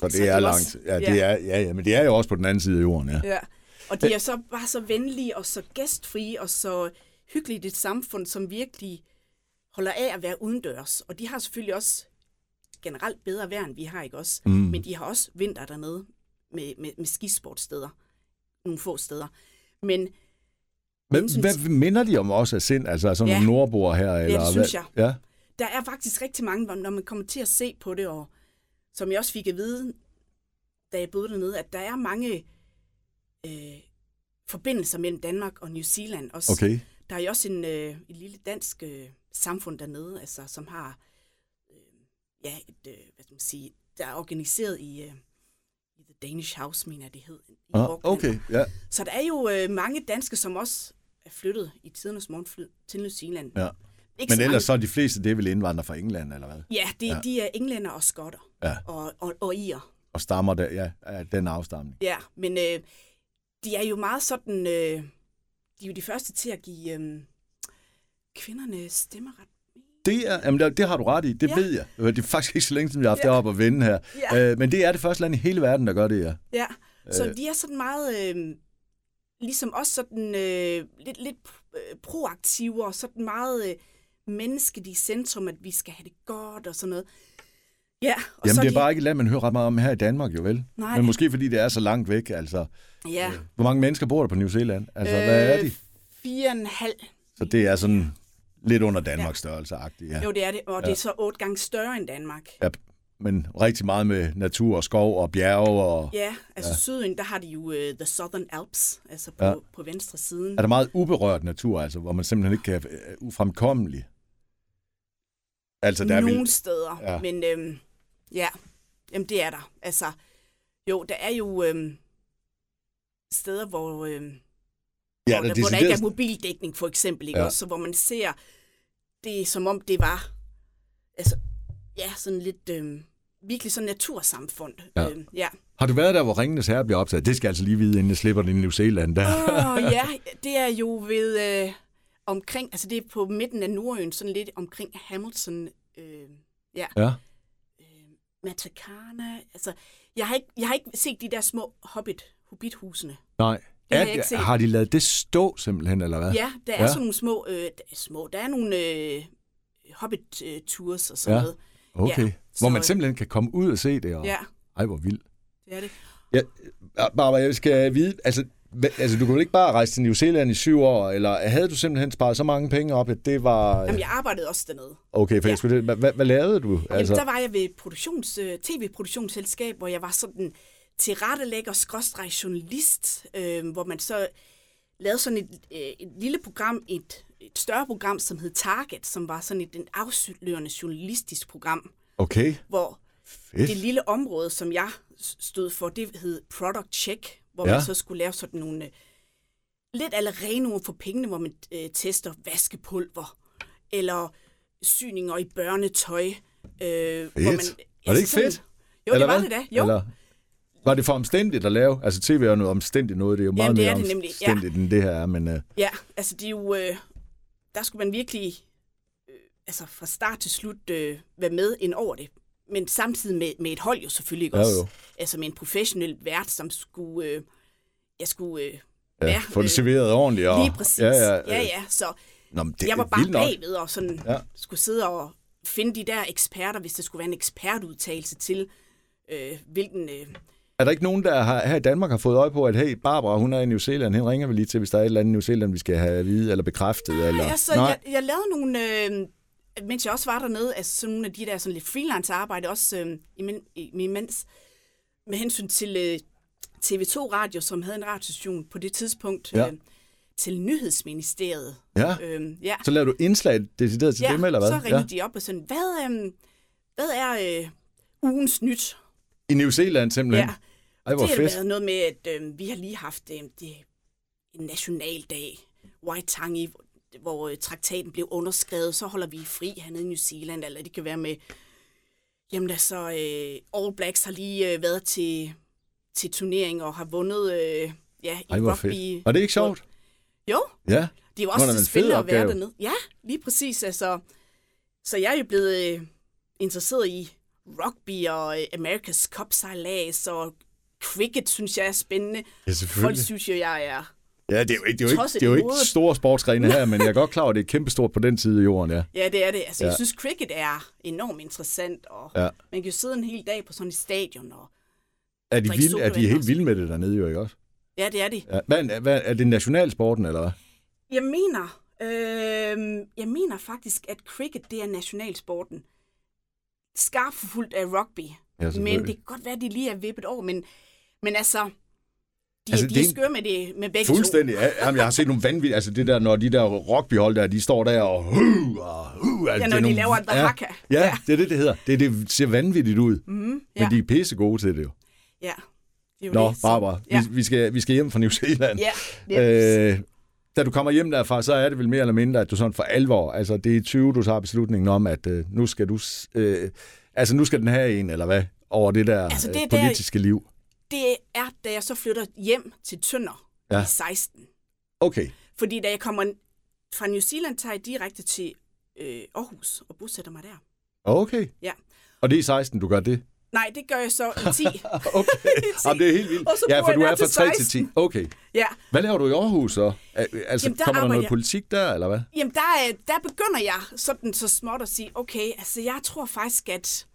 Så det
Så det
er
er
langt.
også-
Ja, det
ja. Øh,
er, ja, ja, men det er jo også på den anden side af jorden, ja.
ja. Og de er så bare så venlige, og så gæstfrie, og så hyggelige i det samfund, som virkelig holder af at være udendørs. Og de har selvfølgelig også generelt bedre vejr, end vi har, ikke også? Mm. Men de har også vinter dernede med, med, med skisportsteder. Nogle få steder. Men
Men hvad minder de om os af sind? Altså sådan
Ja.
nogle nordboer her? Eller
det synes
hvad? Ja.
der er faktisk rigtig mange, hvor- når man kommer til at se på det, og som jeg også fik at vide, da jeg boede dernede, at der er mange øh, forbindelser mellem Danmark og New Zealand. Også.
Okay.
Der er jo også en, øh, et lille dansk øh, samfund dernede, altså, som har, øh, ja, et, øh, hvad skal man sige, der er organiseret i, øh, i The Danish House, mener jeg, det hed. I
Ah,
Auckland.
okay, ja.
Så der er jo øh, mange danske, som også er flyttet i tidernes morgen fly- til New Zealand.
ja.
Ikke
Men
så
ellers
mange-
så er de fleste, det er vel indvandrere fra England, eller hvad?
Ja, de, ja, de er englænder og skotter
Ja.
og, og, og irer.
Og stammer der, ja, af den afstamning.
Ja, men øh, de er jo meget sådan... Øh, de er jo de første til at give øh, kvinderne stemmeret.
Det, er, jamen, det, det har du ret i, det
Ja.
ja. ved jeg. Øh, Det er faktisk ikke så længe, siden vi har haft
Ja.
ja. det op at vende her.
Ja.
Ja. Øh, men det er det første land i hele verden, der gør det, ja.
Ja, så
Øh.
de er sådan meget... Øh, ligesom også sådan øh, lidt, lidt øh, proaktive og sådan meget øh, mennesket i centrum, at vi skal have det godt og sådan noget. Ja, og
Jamen,
så
det er
de,
bare ikke et land, man hører ret meget om her i Danmark, jo vel?
Nej.
Men måske fordi det er så langt væk, altså.
Ja,
Hvor mange mennesker bor der på New Zealand? Altså, øh, hvad er de?
Fire og en halv.
Så det er sådan lidt under Danmarks størrelse-agtigt, ja.
Jo, det er det. Og ja. det er så otte gange større end Danmark.
ja. Men rigtig meget med natur og skov og bjerge og...
Ja, altså ja. Sydøen, der har de jo uh, The Southern Alps, altså på, ja.
Ja.
på venstre siden.
Er der meget uberørt natur, altså, hvor man simpelthen ikke kan... øh, ufremkommelig? Altså, der er
Nogle
vel...
steder, ja.
Ja.
men øhm, ja, jamen det er der. Altså, jo, der er jo øhm, steder, hvor, øhm, ja, hvor, der, hvor der ikke er
decideret-
mobildækning, for eksempel, ikke? Ja.
Ja.
Også, så hvor man ser det, som om det var, altså, ja, sådan lidt, øhm, virkelig sådan natursamfund.
Ja.
Øhm, ja.
Har du været der, hvor Ringenes Herre bliver optaget? Det skal jeg altså lige vide, inden jeg slipper den i New Zealand. Der.
Øh. Åh, ja, det er jo ved øh, omkring, altså det er på midten af Nordøen, sådan lidt omkring Hamilton, øh, ja,
Ja.
Matakana, altså jeg har, ikke, jeg har ikke set de der små hobbit, hobbithusene.
Nej.
har
Er,
jeg ikke set.
har de lavet det stå simpelthen, eller hvad?
Ja, der er ja.
Ja.
sådan nogle små, øh, der er små, der er nogle øh, hobbit-tours og sådan
Ja.
noget.
Okay.
Ja,
Ja,
så-
Hvor man simpelthen kan komme ud og se det. Og...
Ja,
Ej, hvor vildt.
det er det.
Ja, øh, Barbara, jeg skal vide, altså, hva- altså du kunne vel ikke bare rejse til New Zealand i syv år, eller havde du simpelthen sparet så mange penge op, at det var...
Jamen, jeg arbejdede også dernede.
Okay, for
Ja.
jeg skulle... Hvad, hvad, hvad lavede du?
Altså... Jamen, der var jeg ved et produktions, øh, tv-produktionsselskab, hvor jeg var sådan tilrettelægger, skråstreg journalist, øh, hvor man så lavede sådan et, øh, et lille program, et, et større program, som hed Target, som var sådan et, et afslørende journalistisk program,
Okay,
hvor
fedt.
det lille område, som jeg s- stod for, det hed Product Check, hvor ja.
Ja.
man så skulle lave sådan nogle øh, lidt alle rene for pengene, hvor man øh, tester vaskepulver eller syninger i børnetøj. Øh, fedt. Hvor man,
Var det ikke
sådan-
fedt?
Jo, Eller det var
hvad?
det da. Jo, Eller...
Eller, var det for omstændigt at lave? Altså, tv er noget omstændigt noget, det er jo meget
det
mere
er det nemlig, ja.
omstændigt end det her er, men... Uh,
ja, altså det er jo, øh, der skulle man virkelig øh, altså fra start til slut øh, være med ind over det. Men samtidig med, med et hold jo selvfølgelig ikke
Ja,
også.
jo.
Altså med en professionel vært, som skulle, øh, jeg skulle øh,
ja,
være,
få det serveret ordentligt. Og,
Lige præcis.
Ja, ja.
ja,
øh,
ja. Så
Nå, men det
jeg var
er
bare
vildt nok.
bagved og sådan ja.
Ja.
skulle sidde og finde de der eksperter, hvis det skulle være en ekspertudtalelse til, øh, hvilken... Øh,
Er der ikke nogen, der har, her i Danmark har fået øje på, at hey, Barbara, hun er i New Zealand, hende ringer vi lige til, hvis der er et eller andet i New Zealand, vi skal have at vide eller bekræftet? Nej, eller...
altså,
Nej.
jeg, jeg lavede nogle... Øh, mens jeg også var dernede, altså sådan nogle af de der sådan lidt freelance-arbejde, også øh, imen, imens med hensyn til øh, TV2 Radio, som havde en radiostation på det tidspunkt,
Ja.
øh, til Nyhedsministeriet.
Ja.
Øh, ja.
Så laver du indslag decideret til dem, eller hvad?
så ringede ja. de op og sådan, hvad, øhm, hvad er øh, ugens nyt?
I New Zealand simpelthen?
Ja,
Ej, hvor
det har
fedt.
været noget med, at øh, vi har lige haft øh, det, en nationaldag, Waitangi, hvor, hvor øh, traktaten blev underskrevet, så holder vi fri hernede i New Zealand, eller det kan være med, jamen altså, øh, All Blacks har lige øh, været til, til turnering og har vundet øh, ja, i
Ej, hvor
rugby.
fedt. Var det ikke sjovt?
Jo,
Ja.
det er jo
Må
også
da være
så
en
spændende
fed
at være
opgave.
dernede. Ja, lige præcis. Altså, så jeg er jo blevet øh, interesseret i rugby og øh, America's Cup sejlads og cricket, synes jeg er spændende.
Ja,
Folk
selvfølgelig.
synes jo, jeg er...
Ja, det er jo ikke, det er jo ikke,
Tosset
det er jo
i
ikke
hovedet.
store sportsgrene her, men jeg er godt klar over, at det er kæmpestort på den side af jorden, ja.
Ja, det er det. Altså, ja. jeg
Ja.
synes, cricket er enormt interessant, og ja.
Ja.
man kan jo sidde en hel dag på sådan et stadion, og
Er de,
Drik
vilde, er de
sodavand
helt
også.
vilde med det dernede, jo ikke også?
ja, det er det.
Ja. Hvad, er- hvad, er det nationalsporten, eller hvad?
Jeg mener, øh, jeg mener faktisk, at cricket, det er nationalsporten. Skarpt fuldt af rugby.
Ja,
Men
selvfølgelig.
det kan godt være, at de lige er vippet over, men, men altså, de,
Altså,
altså, de
det
er
er en-
skøre med, det, med begge
Fuldstændig. Ja, Jamen, jeg har set nogle vanvittige... Altså det der, når de der rugbyhold der, de står der og... Hu, og hu, altså,
Ja,
det
når
er
de
nogle-
laver en baraka.
Ja, ja,
Ja.
det er det, det hedder. Det, det ser vanvittigt ud.
to. Mm,
Men
ja,
de er pisse gode til det jo.
ja, det er jo
Nå,
det, så-
Barbara, ja.
Ja.
vi, vi, skal, vi skal hjem fra New Zealand.
Ja, ja. Øh,
Øh, da du kommer hjem derfra, så er det vel mere eller mindre, at du sådan for alvor, altså det er i 20, du tager beslutningen om, at øh, nu skal du, s- øh, altså nu skal den have en, eller hvad, over det der
Altså,
altså,
det
det
er
øh,
der-
politiske der... liv.
det er, da jeg så flytter hjem til Tønder
Ja.
ja. i 16.
Okay,
Fordi da jeg kommer fra New Zealand, tager jeg direkte til øh, Aarhus og bosætter mig der.
okay.
Ja.
Og det er i 16, du gør det?
Nej, det gør jeg så i 10.
Okay,
I 10.
Jamen, det er helt vildt.
Og så
Ja,
bor
for
jeg
du
der
er fra
til
3 til 10.
16.
Okay.
ja.
Hvad laver du i Aarhus så? Al- Altså, Jamen,
Jamen,
kommer
der
der noget
arbejder jeg-
politik der, eller hvad?
Jamen, der, øh, der begynder jeg sådan så småt at sige, okay, altså jeg tror faktisk, at,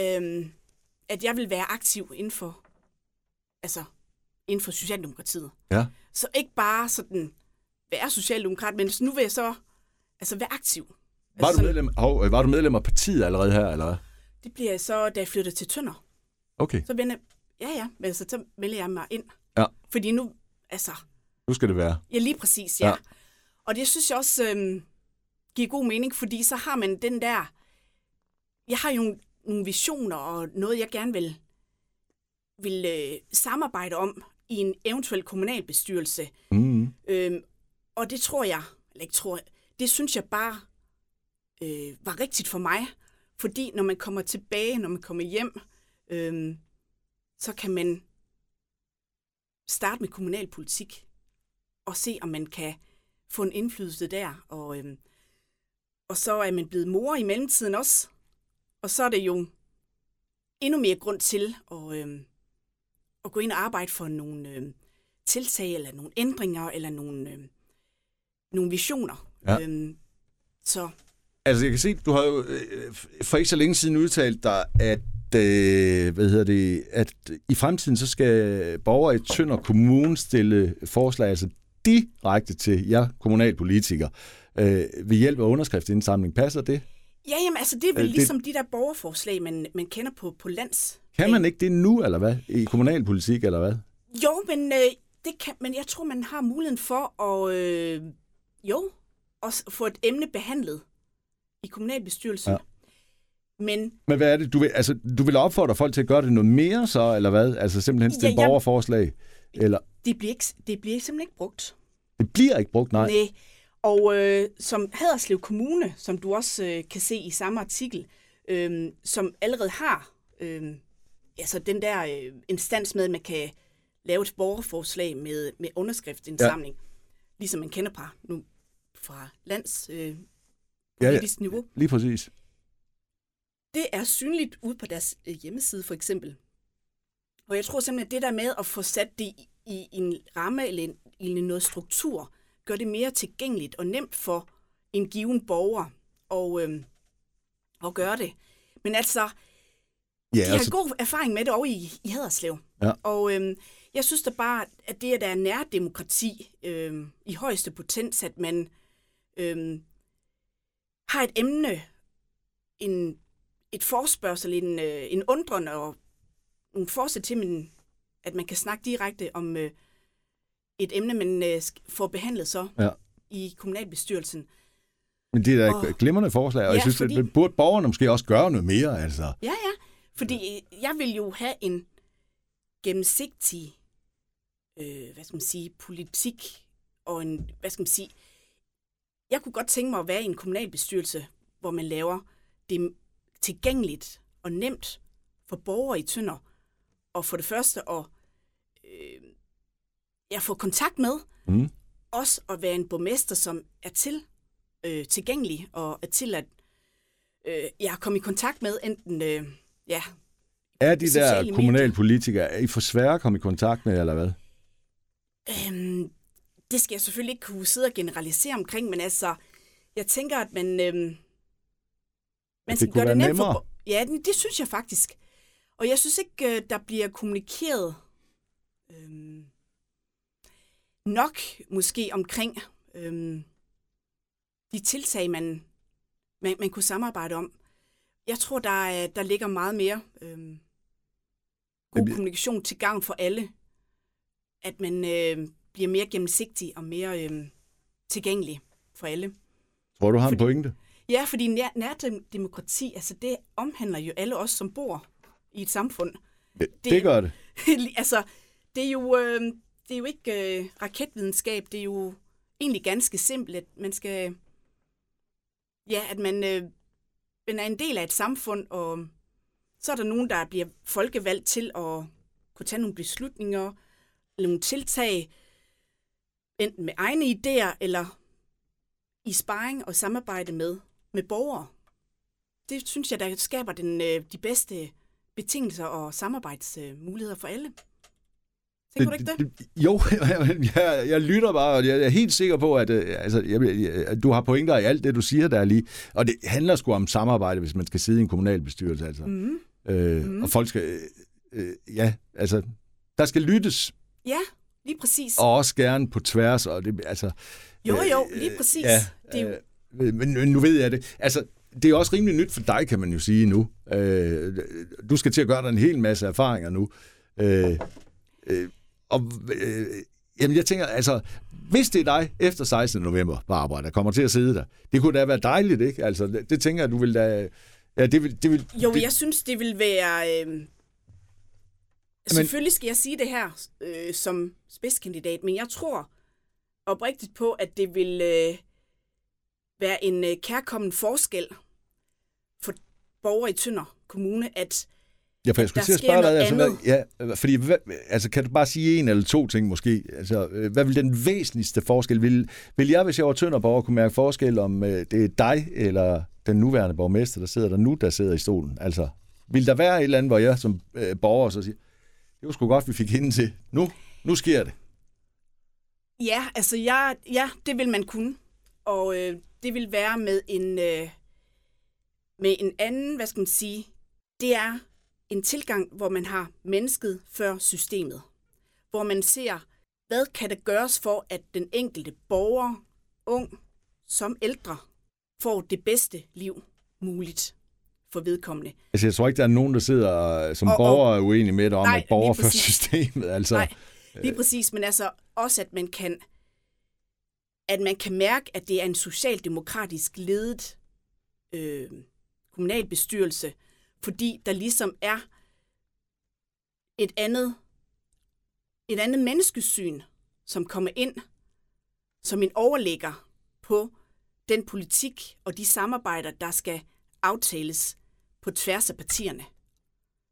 øhm, at jeg vil være aktiv inden for, altså, inden for Socialdemokratiet.
Ja.
Så ikke bare sådan være socialdemokrat, men nu vil jeg så altså være aktiv.
Var du,
sådan-
medlem, hov, øh, var du medlem af partiet allerede her, eller hvad?
Det bliver jeg så, da jeg flytter til Tønder.
Okay,
Så vender, ja ja, men altså, så melder jeg mig ind.
Ja.
Fordi nu, altså,
nu skal det være.
ja lige præcis, ja.
Ja.
ja. Og det synes jeg også øhm, giver god mening, fordi så har man den der, jeg har jo nogle- nogle visioner og noget, jeg gerne vil, vil øh, samarbejde om i en eventuel kommunalbestyrelse.
Mm.
Øhm, og det tror jeg, eller ikke tror jeg, det synes jeg bare øh, var rigtigt for mig. Fordi når man kommer tilbage, når man kommer hjem, øh, så kan man starte med kommunalpolitik og se, om man kan få en indflydelse der. Og, øh, og så er man blevet mor i mellemtiden også. Og så er det jo endnu mere grund til at, øh, at gå ind og arbejde for nogle øh, tiltag, eller nogle ændringer, eller nogle, øh, nogle visioner.
Ja.
Øh, så
Altså, jeg kan se, du har jo øh, for ikke så længe siden udtalt dig, at, øh, hvad hedder det, at i fremtiden, så skal borgere i Tønder Kommune stille forslag, altså direkte til jer kommunalpolitikere, øh, ved hjælp af underskriftsindsamling. Passer det?
Ja, jamen, altså det er vel
Øh,
øh,
det-
ligesom de der borgerforslag, man, man kender på, på lands. Øh,
Kan man ikke det nu, eller hvad? I kommunalpolitik, eller hvad?
Jo, men, øh, det kan, men jeg tror, man har muligheden for at, øh, jo, at s- få et emne behandlet i kommunalbestyrelsen.
Ja.
Ja. Men
Men hvad er det, du vil, altså, du vil opfordre folk til at gøre det noget mere så, eller hvad? Altså simpelthen stille ja, ja.
Ja, jeg-
borgerforslag, eller...
det bliver, ikke, det bliver simpelthen ikke brugt.
Det bliver ikke brugt, nej.
Næ. Og øh, som Haderslev Kommune, som du også øh, kan se i samme artikel, øh, som allerede har øh, altså den der øh, instans med, at man kan lave et borgerforslag med, med underskriftindsamling, ja. ligesom man kender fra, nu, fra lands øh,
Ja, ja,
politisk ja, ja. niveau.
lige præcis.
Det er synligt ude på deres øh, hjemmeside for eksempel. Og jeg tror simpelthen, at det der med at få sat det i, i en ramme eller en, i noget struktur, gør det mere tilgængeligt og nemt for en given borger og, øhm, at gøre det. Men altså,
Ja, altså-
de har god erfaring med det over i, i Haderslev.
Ja.
Og øhm, jeg synes da bare, at det, at der er nærdemokrati øhm, i højeste potens, at man øhm, har et emne, en, et forspørgsel, en, øh, en undren og nogle forsæt til, men, at man kan snakke direkte om øh, et emne, man øh, sk- får behandlet så
Ja.
i kommunalbestyrelsen.
Men det er da
Åh.
et glimrende forslag, og ja,
Ja,
jeg synes, fordi...
fordi-
at det burde borgerne måske også gøre noget mere, altså.
Ja, ja. Fordi øh, jeg vil jo have en gennemsigtig, øh, hvad skal man sige, politik og en, hvad skal man sige, jeg kunne godt tænke mig at være i en kommunalbestyrelse, hvor man laver det tilgængeligt og nemt for borgere i Tønder. Og for det første at øh, jeg får kontakt med,
Mm.
også at være en borgmester, som er til øh, tilgængelig og er til at øh, jeg er kommet i kontakt med enten øh, ja,
Er de
Sociale
der
medier.
kommunalpolitikere, er I for svære at komme i kontakt med, eller hvad?
Øhm, det skal jeg selvfølgelig ikke kunne sidde og generalisere omkring, men altså, jeg tænker, at man, øhm, man skal
kunne
gøre
være
det nemt
nemmere.
for... Ja, det, det synes jeg faktisk. Og jeg synes ikke, øh, der bliver kommunikeret øhm, nok måske omkring øhm, de tiltag, man, øh, man, man kunne samarbejde om. Jeg tror, der, er- der ligger meget mere øhm, god kommunikation til gavn for alle. At man øh, bliver mere gennemsigtig og mere øh, tilgængelig for alle.
Tror du har en pointe?
Ja, fordi nær, nærdemokrati, altså det omhandler jo alle os, som bor i et samfund.
Det, det gør det.
altså, det er jo, øh, det er jo ikke øh, raketvidenskab, det er jo egentlig ganske simpelt, at man skal, ja, at man, øh, man er en del af et samfund, og så er der nogen, der bliver folkevalgt til at kunne tage nogle beslutninger, eller nogle tiltag, enten med egne idéer, eller i sparring og samarbejde med, med borgere. Det synes jeg, der skaber den, øh, de bedste betingelser og samarbejdsmuligheder for alle. Tænker det, du ikke det? det?
Jo, jeg, jeg, jeg lytter bare, og jeg er helt sikker på, at øh, altså, jeg, jeg, du har pointer i alt det, du siger der lige. Og det handler sgu om samarbejde, hvis man skal sidde i en kommunalbestyrelse. Altså.
Mhm.
Mm. Øh, mm. Og folk skal... Øh, ja, altså, der skal lyttes.
Ja, lige præcis.
Og også gerne på tværs. Og det, altså,
jo, jo, lige præcis.
Ja, øh, det er jo... men nu ved jeg det. Altså, det er også rimelig nyt for dig, kan man jo sige nu. Øh, du skal til at gøre dig en hel masse erfaringer nu. Øh, øh, og øh, jamen, jeg tænker, altså, hvis det er dig efter 16. november, Barbara, der kommer til at sidde der, det kunne da være dejligt, ikke? Altså, det, det tænker jeg, du vil da... Ja, det vil, det vil,
jo,
det,
jeg synes, det vil være... Øh... Selvfølgelig men... skal jeg sige det her øh, som spidskandidat, men jeg tror, oprigtigt på, at det vil øh, være en øh, kærkommen forskel for borgere i Tønder Kommune, at
Ja, for jeg skulle til at spørge dig, altså, hvad, ja, fordi, hvad, altså, kan du bare sige en eller to ting måske? Altså, hvad vil den væsentligste forskel? Vil, vil jeg, hvis jeg var Tønderborger, kunne mærke forskel om øh, det er dig eller den nuværende borgmester, der sidder der nu, der sidder i stolen? Altså, vil der være et eller andet, hvor jeg som øh, borger så siger, det var sgu godt, vi fik hende til. Nu, nu sker det.
Ja, altså ja, ja, det vil man kunne. Og øh, det vil være med en øh, med en anden, hvad skal man sige, det er en tilgang, hvor man har mennesket før systemet. Hvor man ser, hvad kan der gøres for, at den enkelte borger, ung som ældre, får det bedste liv muligt for vedkommende.
Altså, jeg tror ikke, der er nogen, der sidder øh, som og, borger og, er uenige med dig om, nej, at borger før systemet. Altså, nej,
Lige præcis, men altså også, at man kan, at man kan mærke, at det er en socialdemokratisk ledet øh, kommunalbestyrelse, fordi der ligesom er et andet, et andet menneskesyn, som kommer ind som en overlægger på den politik og de samarbejder, der skal aftales på tværs af partierne.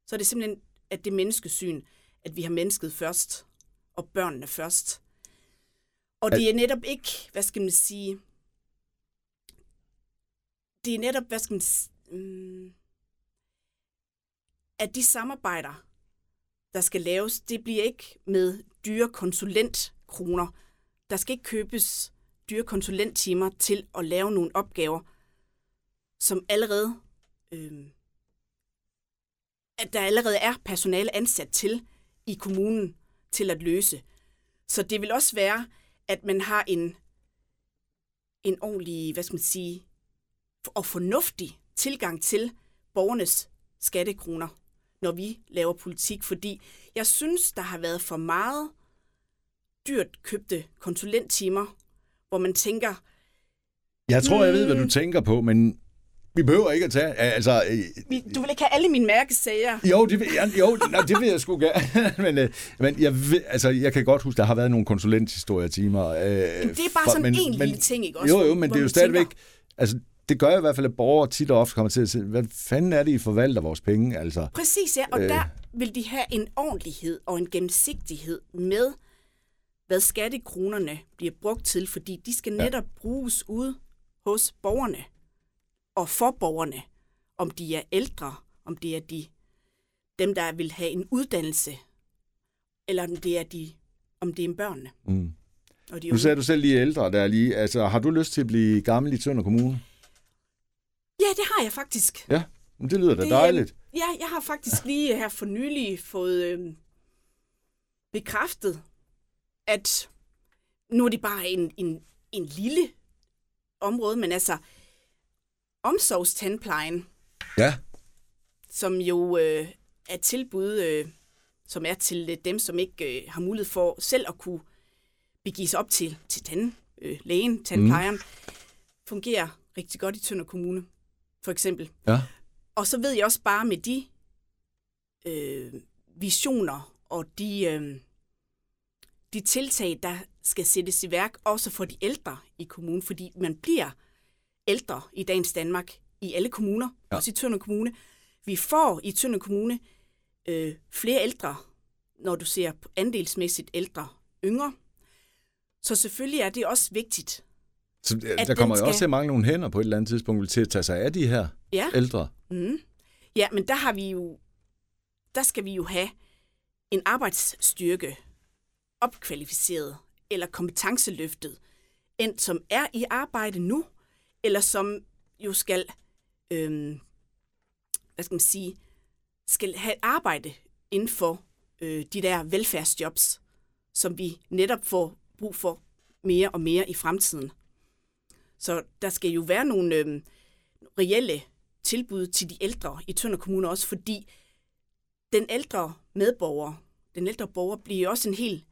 Så er det simpelthen, at det menneskesyn, at vi har mennesket først, og børnene først. Og det er netop ikke, hvad skal man sige, det er netop, hvad skal man sige, um, at de samarbejder, der skal laves, det bliver ikke med dyre konsulentkroner. Der skal ikke købes dyre konsulenttimer til at lave nogle opgaver, som allerede, øh, at der allerede er personale ansat til i kommunen, til at løse. Så det vil også være, at man har en, en ordentlig, hvad skal man sige, og fornuftig tilgang til borgernes skattekroner, når vi laver politik, fordi jeg synes, der har været for meget dyrt købte konsulenttimer, hvor man tænker...
Jeg tror, jeg ved, hvad du tænker på, men vi behøver ikke at tage... Altså,
du vil ikke have alle mine mærkesager?
Jo, det vil jeg, jo, nej, det vil jeg sgu gerne. men øh, men jeg, ved, altså, jeg kan godt huske, der har været nogle konsulenthistorietimer. Øh, men det
er bare for, sådan men, en men, lille ting, ikke? Også,
jo, jo, men det er jo stadigvæk... Tænker. Altså, det gør i hvert fald, at borgere tit og ofte kommer til at sige, hvad fanden er det, I forvalter vores penge? Altså,
Præcis, ja, og øh, der vil de have en ordentlighed og en gennemsigtighed med, hvad skattekronerne bliver brugt til, fordi de skal netop ja. bruges ude hos borgerne og for borgerne, om de er ældre, om det er de, dem, der vil have en uddannelse, eller om det er, de, om det er børnene. Mm.
Og de nu sagde du selv lige ældre, der er lige, altså har du lyst til at blive gammel i Tønder Kommune?
Ja, det har jeg faktisk.
Ja, men det lyder da det, dejligt.
Ja, jeg har faktisk lige her for nylig fået øh, bekræftet, at nu er det bare en, en, en lille område, men altså, omsorgstandplejen.
Ja.
Som jo øh, er tilbud øh, som er til øh, dem, som ikke øh, har mulighed for selv at kunne begive sig op til, til tandlægen, øh, lægen, tandplejeren, mm. fungerer rigtig godt i Tønder Kommune, for eksempel.
Ja.
Og så ved jeg også bare med de øh, visioner og de, øh, de tiltag, der skal sættes i værk, også for de ældre i kommunen, fordi man bliver ældre i dagens Danmark i alle kommuner, ja. også i Tønder Kommune. Vi får i Tønder Kommune øh, flere ældre, når du ser på andelsmæssigt ældre yngre. Så selvfølgelig er det også vigtigt.
Så der,
At
der kommer
den
jo også
skal-
til at mangle nogle hænder på et eller andet tidspunkt til at tage sig af de her
Ja.
ældre.
Mm. Ja, men der har vi jo, der skal vi jo have en arbejdsstyrke opkvalificeret eller kompetenceløftet, end som er i arbejde nu, eller som jo skal, øhm, hvad skal man sige, skal have et arbejde inden for øh, de der velfærdsjobs, som vi netop får brug for mere og mere i fremtiden. Så der skal jo være nogle øhm, reelle tilbud til de ældre i Tønder Kommune også, fordi den ældre medborger, den ældre borger, bliver jo også en helt,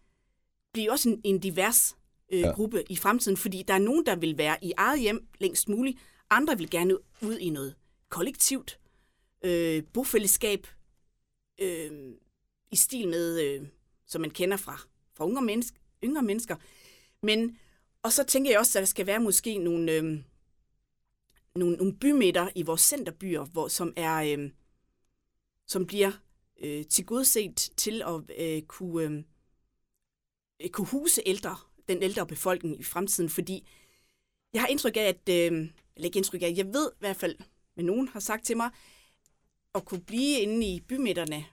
bliver jo også en, en divers øh, ja. gruppe i fremtiden, fordi der er nogen, der vil være i eget hjem længst muligt, andre vil gerne ud i noget kollektivt, øh, bofællesskab, øh, i stil med, øh, som man kender fra, fra yngre, menneske, yngre mennesker. Men, og så tænker jeg også, at der skal være måske nogle... Øh, nogle, nogle bymidter i vores centerbyer, hvor, som er øh, som bliver øh, tilgodeset til at øh, kunne, øh, øh, kunne huse ældre, den ældre befolkning i fremtiden, fordi jeg har indtryk af, at, øh, eller ikke indtryk af, jeg ved i hvert fald, men nogen har sagt til mig, at kunne blive inde i bymidterne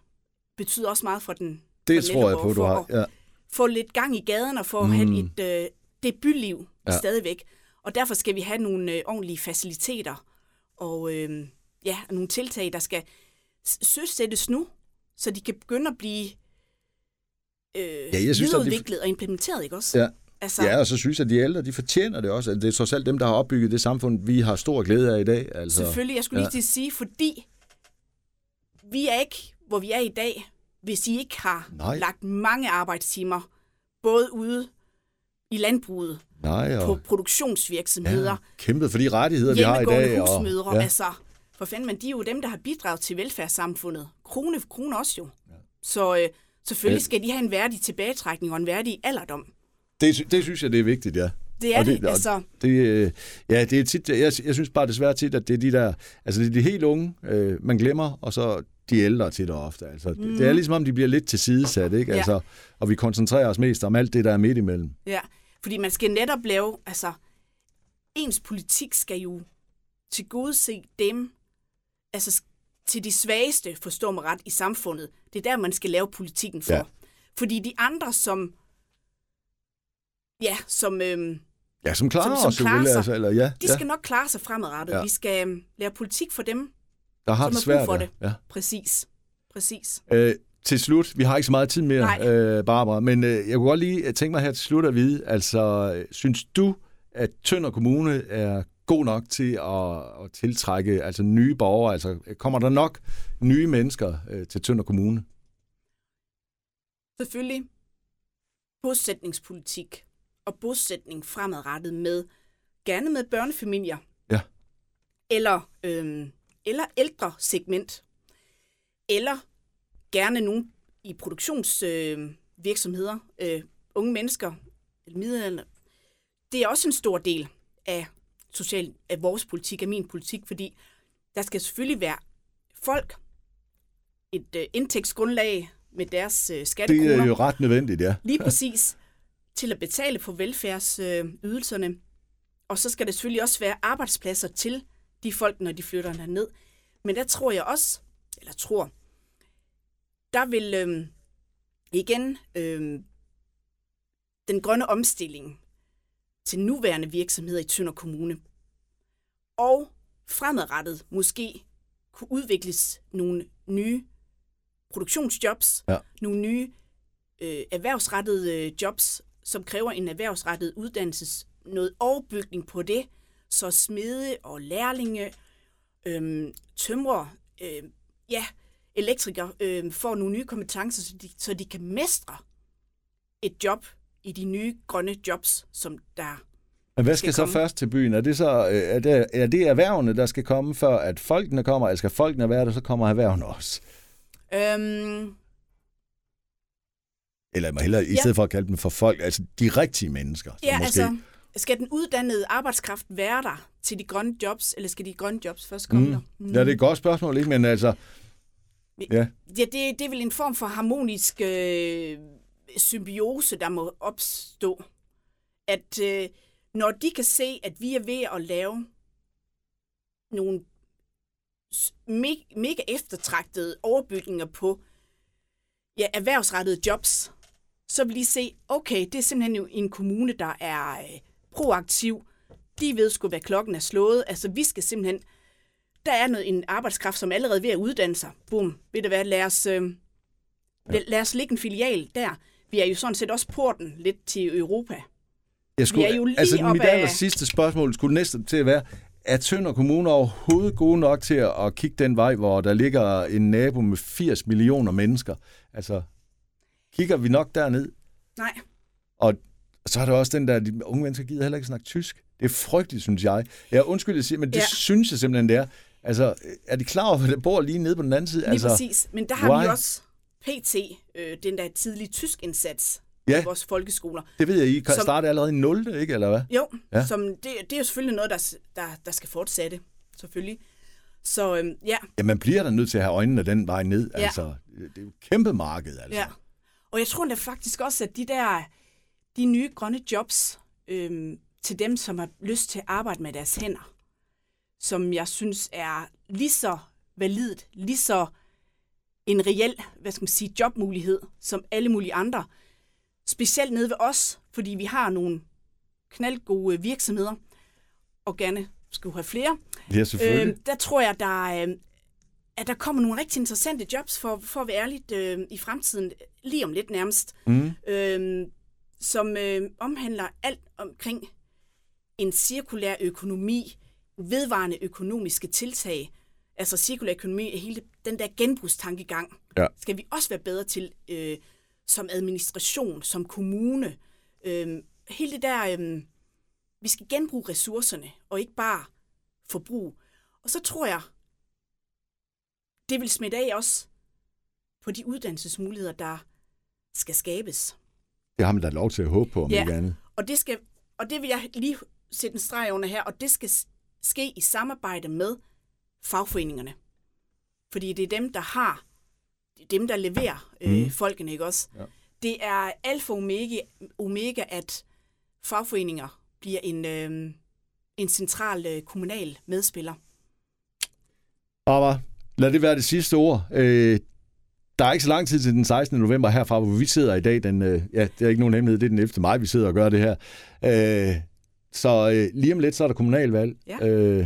betyder også meget for den for den
Det tror jeg
ældre
på, du
borger,
har.
for at
Ja.
få lidt gang i gaden og få mm. have et, øh, det byliv
Ja.
ja. stadigvæk. Og derfor skal vi have nogle øh, ordentlige faciliteter og øh, ja, og nogle tiltag, der skal s- søsættes nu, så de kan begynde at blive øh,
Ja,
ja,
jeg synes,
synes,
at de-
videreudviklet og implementeret, ikke også?
Ja.
Altså,
ja, og så synes jeg, at de ældre, de fortjener det også. Altså, det er trods alt dem, der har opbygget det samfund, vi har stor glæde af i dag. Altså.
Selvfølgelig, jeg skulle lige
ja.
til at sige, fordi vi er ikke, hvor vi er i dag, hvis I ikke har
Nej.
lagt mange arbejdstimer, både ude i landbruget,
Nej, og
på produktionsvirksomheder,
kæmpet for de rettigheder, vi har i
hjemmegående
dag.
husmødre,
ja.
altså, for fanden, man, de er jo dem, der har bidraget til velfærdssamfundet. Krone for krone også jo. Ja. Så øh, selvfølgelig
Ja.
skal de have en værdig tilbagetrækning og en værdig alderdom.
det, sy- det synes jeg, det er vigtigt, ja.
Det er
Og
det,
og
altså.
Det, øh, ja, det er tit, jeg, jeg synes bare desværre tit, at det er de der, altså det er de helt unge, øh, man glemmer, og så de ældre tit og ofte. Altså, mm. Det er ligesom om, de bliver lidt tilsidesat, ikke?
Ja.
Altså, og vi koncentrerer os mest om alt det, der er midt imellem.
Ja. Fordi man skal netop lave, altså, ens politik skal jo tilgodese dem, altså s- til de svageste, forstår man ret, i samfundet. Det er der, man skal lave politikken for.
Ja.
Ja. Fordi de andre, som, ja, som, øhm,
Ja, som klarer
Som- som
os jo,
klarer
vel,
sig.
altså, eller, ja,
De
ja,
skal nok klare sig fremadrettet.
Ja.
Ja. Vi skal øhm, lave politik for dem,
der har det
som har brug
svært.
for
ja.
det.
Ja.
Præcis. Præcis.
Øh, til slut, vi har ikke så meget tid mere,
Nej.
øh, Barbara, men øh, jeg kunne godt lige øh, tænke mig her til slut at vide, altså, øh, synes du, at Tønder Kommune er god nok til at, at tiltrække altså, nye borgere? Altså, kommer der nok nye mennesker øh, til Tønder Kommune?
Selvfølgelig bosætningspolitik og bosætning fremadrettet med, gerne med børnefamilier
Ja.
eller, øhm, eller ældre segment, eller gerne nogen i produktionsvirksomheder, øh, virksomheder, øh, unge mennesker, middelalderne. Det er også en stor del af, social, af vores politik, af min politik, fordi der skal selvfølgelig være folk, et øh, indtægtsgrundlag med deres øh, skattekroner.
Det er jo ret nødvendigt, ja.
Lige præcis. Til at betale for velfærdsydelserne. Øh, ydelserne. og så skal der selvfølgelig også være arbejdspladser til de folk, når de flytter herned. Men der tror jeg også, eller tror, der vil øh, igen øh, den grønne omstilling til nuværende virksomheder i Tønder Kommune og fremadrettet måske kunne udvikles nogle nye produktionsjobs,
Ja.
nogle nye øh, erhvervsrettede øh, jobs, som kræver en erhvervsrettet uddannelse, noget overbygning på det, så smede og lærlinge, øhm, tømrer, øh, ja, elektrikere øh, får nogle nye kompetencer, så de, så de kan mestre et job i de nye grønne jobs, som der
Men hvad skal,
skal
skal så
komme.
først til byen? Er det så øh, er det, er det erhvervene, der skal komme, før at folkene kommer? Eller skal folkene være der, så kommer erhvervene også?
Øhm,
Eller jeg må hellere, i
Ja.
stedet for at kalde dem for folk, altså de rigtige mennesker. så
ja,
måske.
altså, skal den uddannede arbejdskraft være der til de grønne jobs, eller skal de grønne jobs først komme mm. der?
Ja, det er et godt spørgsmål, ikke? Men altså, ja.
Ja, det, det er vel en form for harmonisk øh, symbiose, der må opstå. At øh, når de kan se, at vi er ved at lave nogle s- me- mega eftertragtede overbygninger på ja, erhvervsrettede jobs, så vil de se, okay, det er simpelthen jo en kommune, der er øh, proaktiv. De ved sgu, hvad klokken er slået. Altså, vi skal simpelthen der er noget, en arbejdskraft, som er allerede er ved at uddanne sig. Bum, ved du hvad, lad os, øh, lad, lad os lægge en filial der. Vi er jo sådan set også porten lidt til Europa.
Jeg skulle,
er jo lige
altså,
op
mit
ad-
aller sidste spørgsmål skulle næsten til at være, er Tønder Kommune overhovedet gode nok til at, at kigge den vej, hvor der ligger en nabo med 80 millioner mennesker? Altså, kigger vi nok derned?
Nej,
Og så er der også den der, de unge mennesker gider heller ikke snakke tysk. Det er frygteligt, synes jeg. Jeg undskyld, jeg siger, men det
Ja.
ja. synes jeg simpelthen, det er. Altså, er de klar over, at der bor lige nede på den anden side?
lige
altså,
altså, præcis. Men der har
why?
vi også PT, øh, den der tidlige tysk indsats
Ja.
i vores folkeskoler.
Det ved jeg, I kan
Som-
starte allerede i 0. ikke, eller hvad?
Jo,
Ja.
ja. som det, det er jo selvfølgelig noget, der, s- der, der skal fortsætte, selvfølgelig. Så øhm, ja,
Ja, man bliver da nødt til at have øjnene den vej ned. Ja.
Ja.
Altså, det er jo et kæmpe marked, altså.
Ja. Og jeg tror da faktisk også, at de der de nye grønne jobs øhm, til dem, som har lyst til at arbejde med deres hænder, som jeg synes er lige så validt, lige så en reel, hvad skal man sige, jobmulighed, som alle mulige andre. Specielt nede ved os, fordi vi har nogle knaldgode virksomheder, og gerne skulle have flere.
Ja, selvfølgelig.
Øh, der tror jeg, der, øh, at der kommer nogle rigtig interessante jobs, for, for at være ærligt, øh, i fremtiden, lige om lidt nærmest, mm. øh, som øh, omhandler alt omkring en cirkulær økonomi, vedvarende økonomiske tiltag, altså cirkulær økonomi, hele den der genbrugstankegang,
Ja.
skal vi også være bedre til øh, som administration, som kommune. Øh, hele det der, øh, vi skal genbruge ressourcerne, og ikke bare forbrug. Og så tror jeg, det vil smitte af også på de uddannelsesmuligheder, der skal skabes.
Det har man da lov til at håbe på, om ja.
Ja.
ikke andet.
Og det, skal, og det vil jeg lige sætte en streg under her, og det skal s- ske i samarbejde med fagforeningerne. Fordi det er dem, der har, det er dem, der leverer øh,
Mm.
folkene, ikke også? Ja. Det er alfa og omega, omega, at fagforeninger bliver en, øh, en central øh, kommunal medspiller.
Barbara, lad det være det sidste ord. Øh, der er ikke så lang tid til den 16. november herfra, hvor vi sidder i dag. Den, øh, ja, det er ikke nogen hemmelighed, det er den 11. maj, vi sidder og gør det her. Øh, så øh, lige om lidt, så er der kommunalvalg.
Ja.
Øh,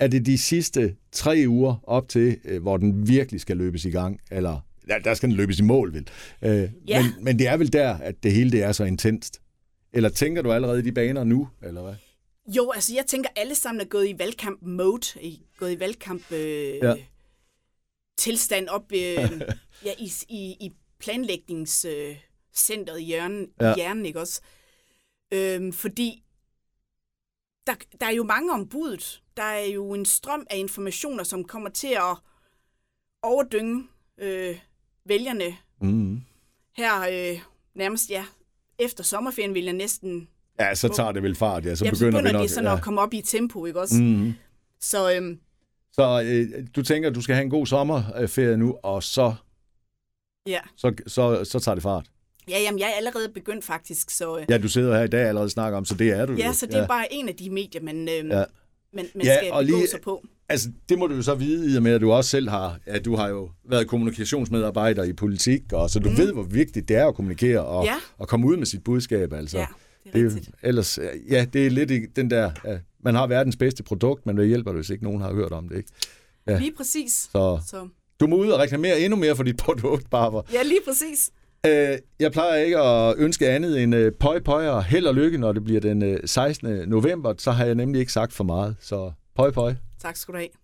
er det de sidste tre uger op til, øh, hvor den virkelig skal løbes i gang? Eller ja, der skal den løbes i mål, vel? Øh,
Ja.
men, men det er vel der, at det hele det er så intenst. Eller tænker du allerede i de baner nu, eller hvad?
Jo, altså jeg tænker, alle sammen er gået i valgkamp-mode, i, gået i
Ja.
valgkamp-tilstand øh, op øh, ja, i, i, i planlægningscenteret øh, centret i hjernen,
Ja.
ja. hjernen, ikke også? Øhm, fordi der, der er jo mange ombudet. Der er jo en strøm af informationer, som kommer til at overdynge øh, vælgerne
Mm-hmm.
her øh, nærmest, ja, efter sommerferien vil jeg næsten
Ja, så tager det vel fart, ja. Så,
Jamen, så
begynder,
begynder
vi nok,
det sådan
ja.
at komme op i tempo, ikke også?
Mhm.
Så øhm,
Så øh, du tænker, at du skal have en god sommerferie nu, og så,
ja,
så, så, så tager det fart.
ja jamen, jeg er allerede begyndt faktisk, så øh,
Ja, du sidder her i dag og allerede og snakker om, så det er du
ja,
jo.
så det er bare en af de medier, man, øhm,
Ja.
ja. man, man
Ja,
skal
og
gå
lige-
sig på.
Altså, det må du jo så vide, i og med, at du også selv har, at du har jo været kommunikationsmedarbejder i politik, og så du mm. ved, hvor vigtigt det er at kommunikere og,
Mhm. Ja.
og komme ud med sit budskab, altså.
Ja, det er
jo-
rigtigt.
ellers, ja, det er lidt i den der, ja, man har verdens bedste produkt, men det hjælper det, hvis ikke nogen har hørt om det, ikke?
Ja. Lige præcis. Så.
Så
så
du må ud og reklamere endnu mere for dit produkt, Barbara.
ja, lige præcis.
Øh, jeg plejer ikke at ønske andet end øh, pøj pøj og held og lykke, når det bliver den øh, 16. november. Så har jeg nemlig ikke sagt for meget, så pøj pøj.
Tak skal du have.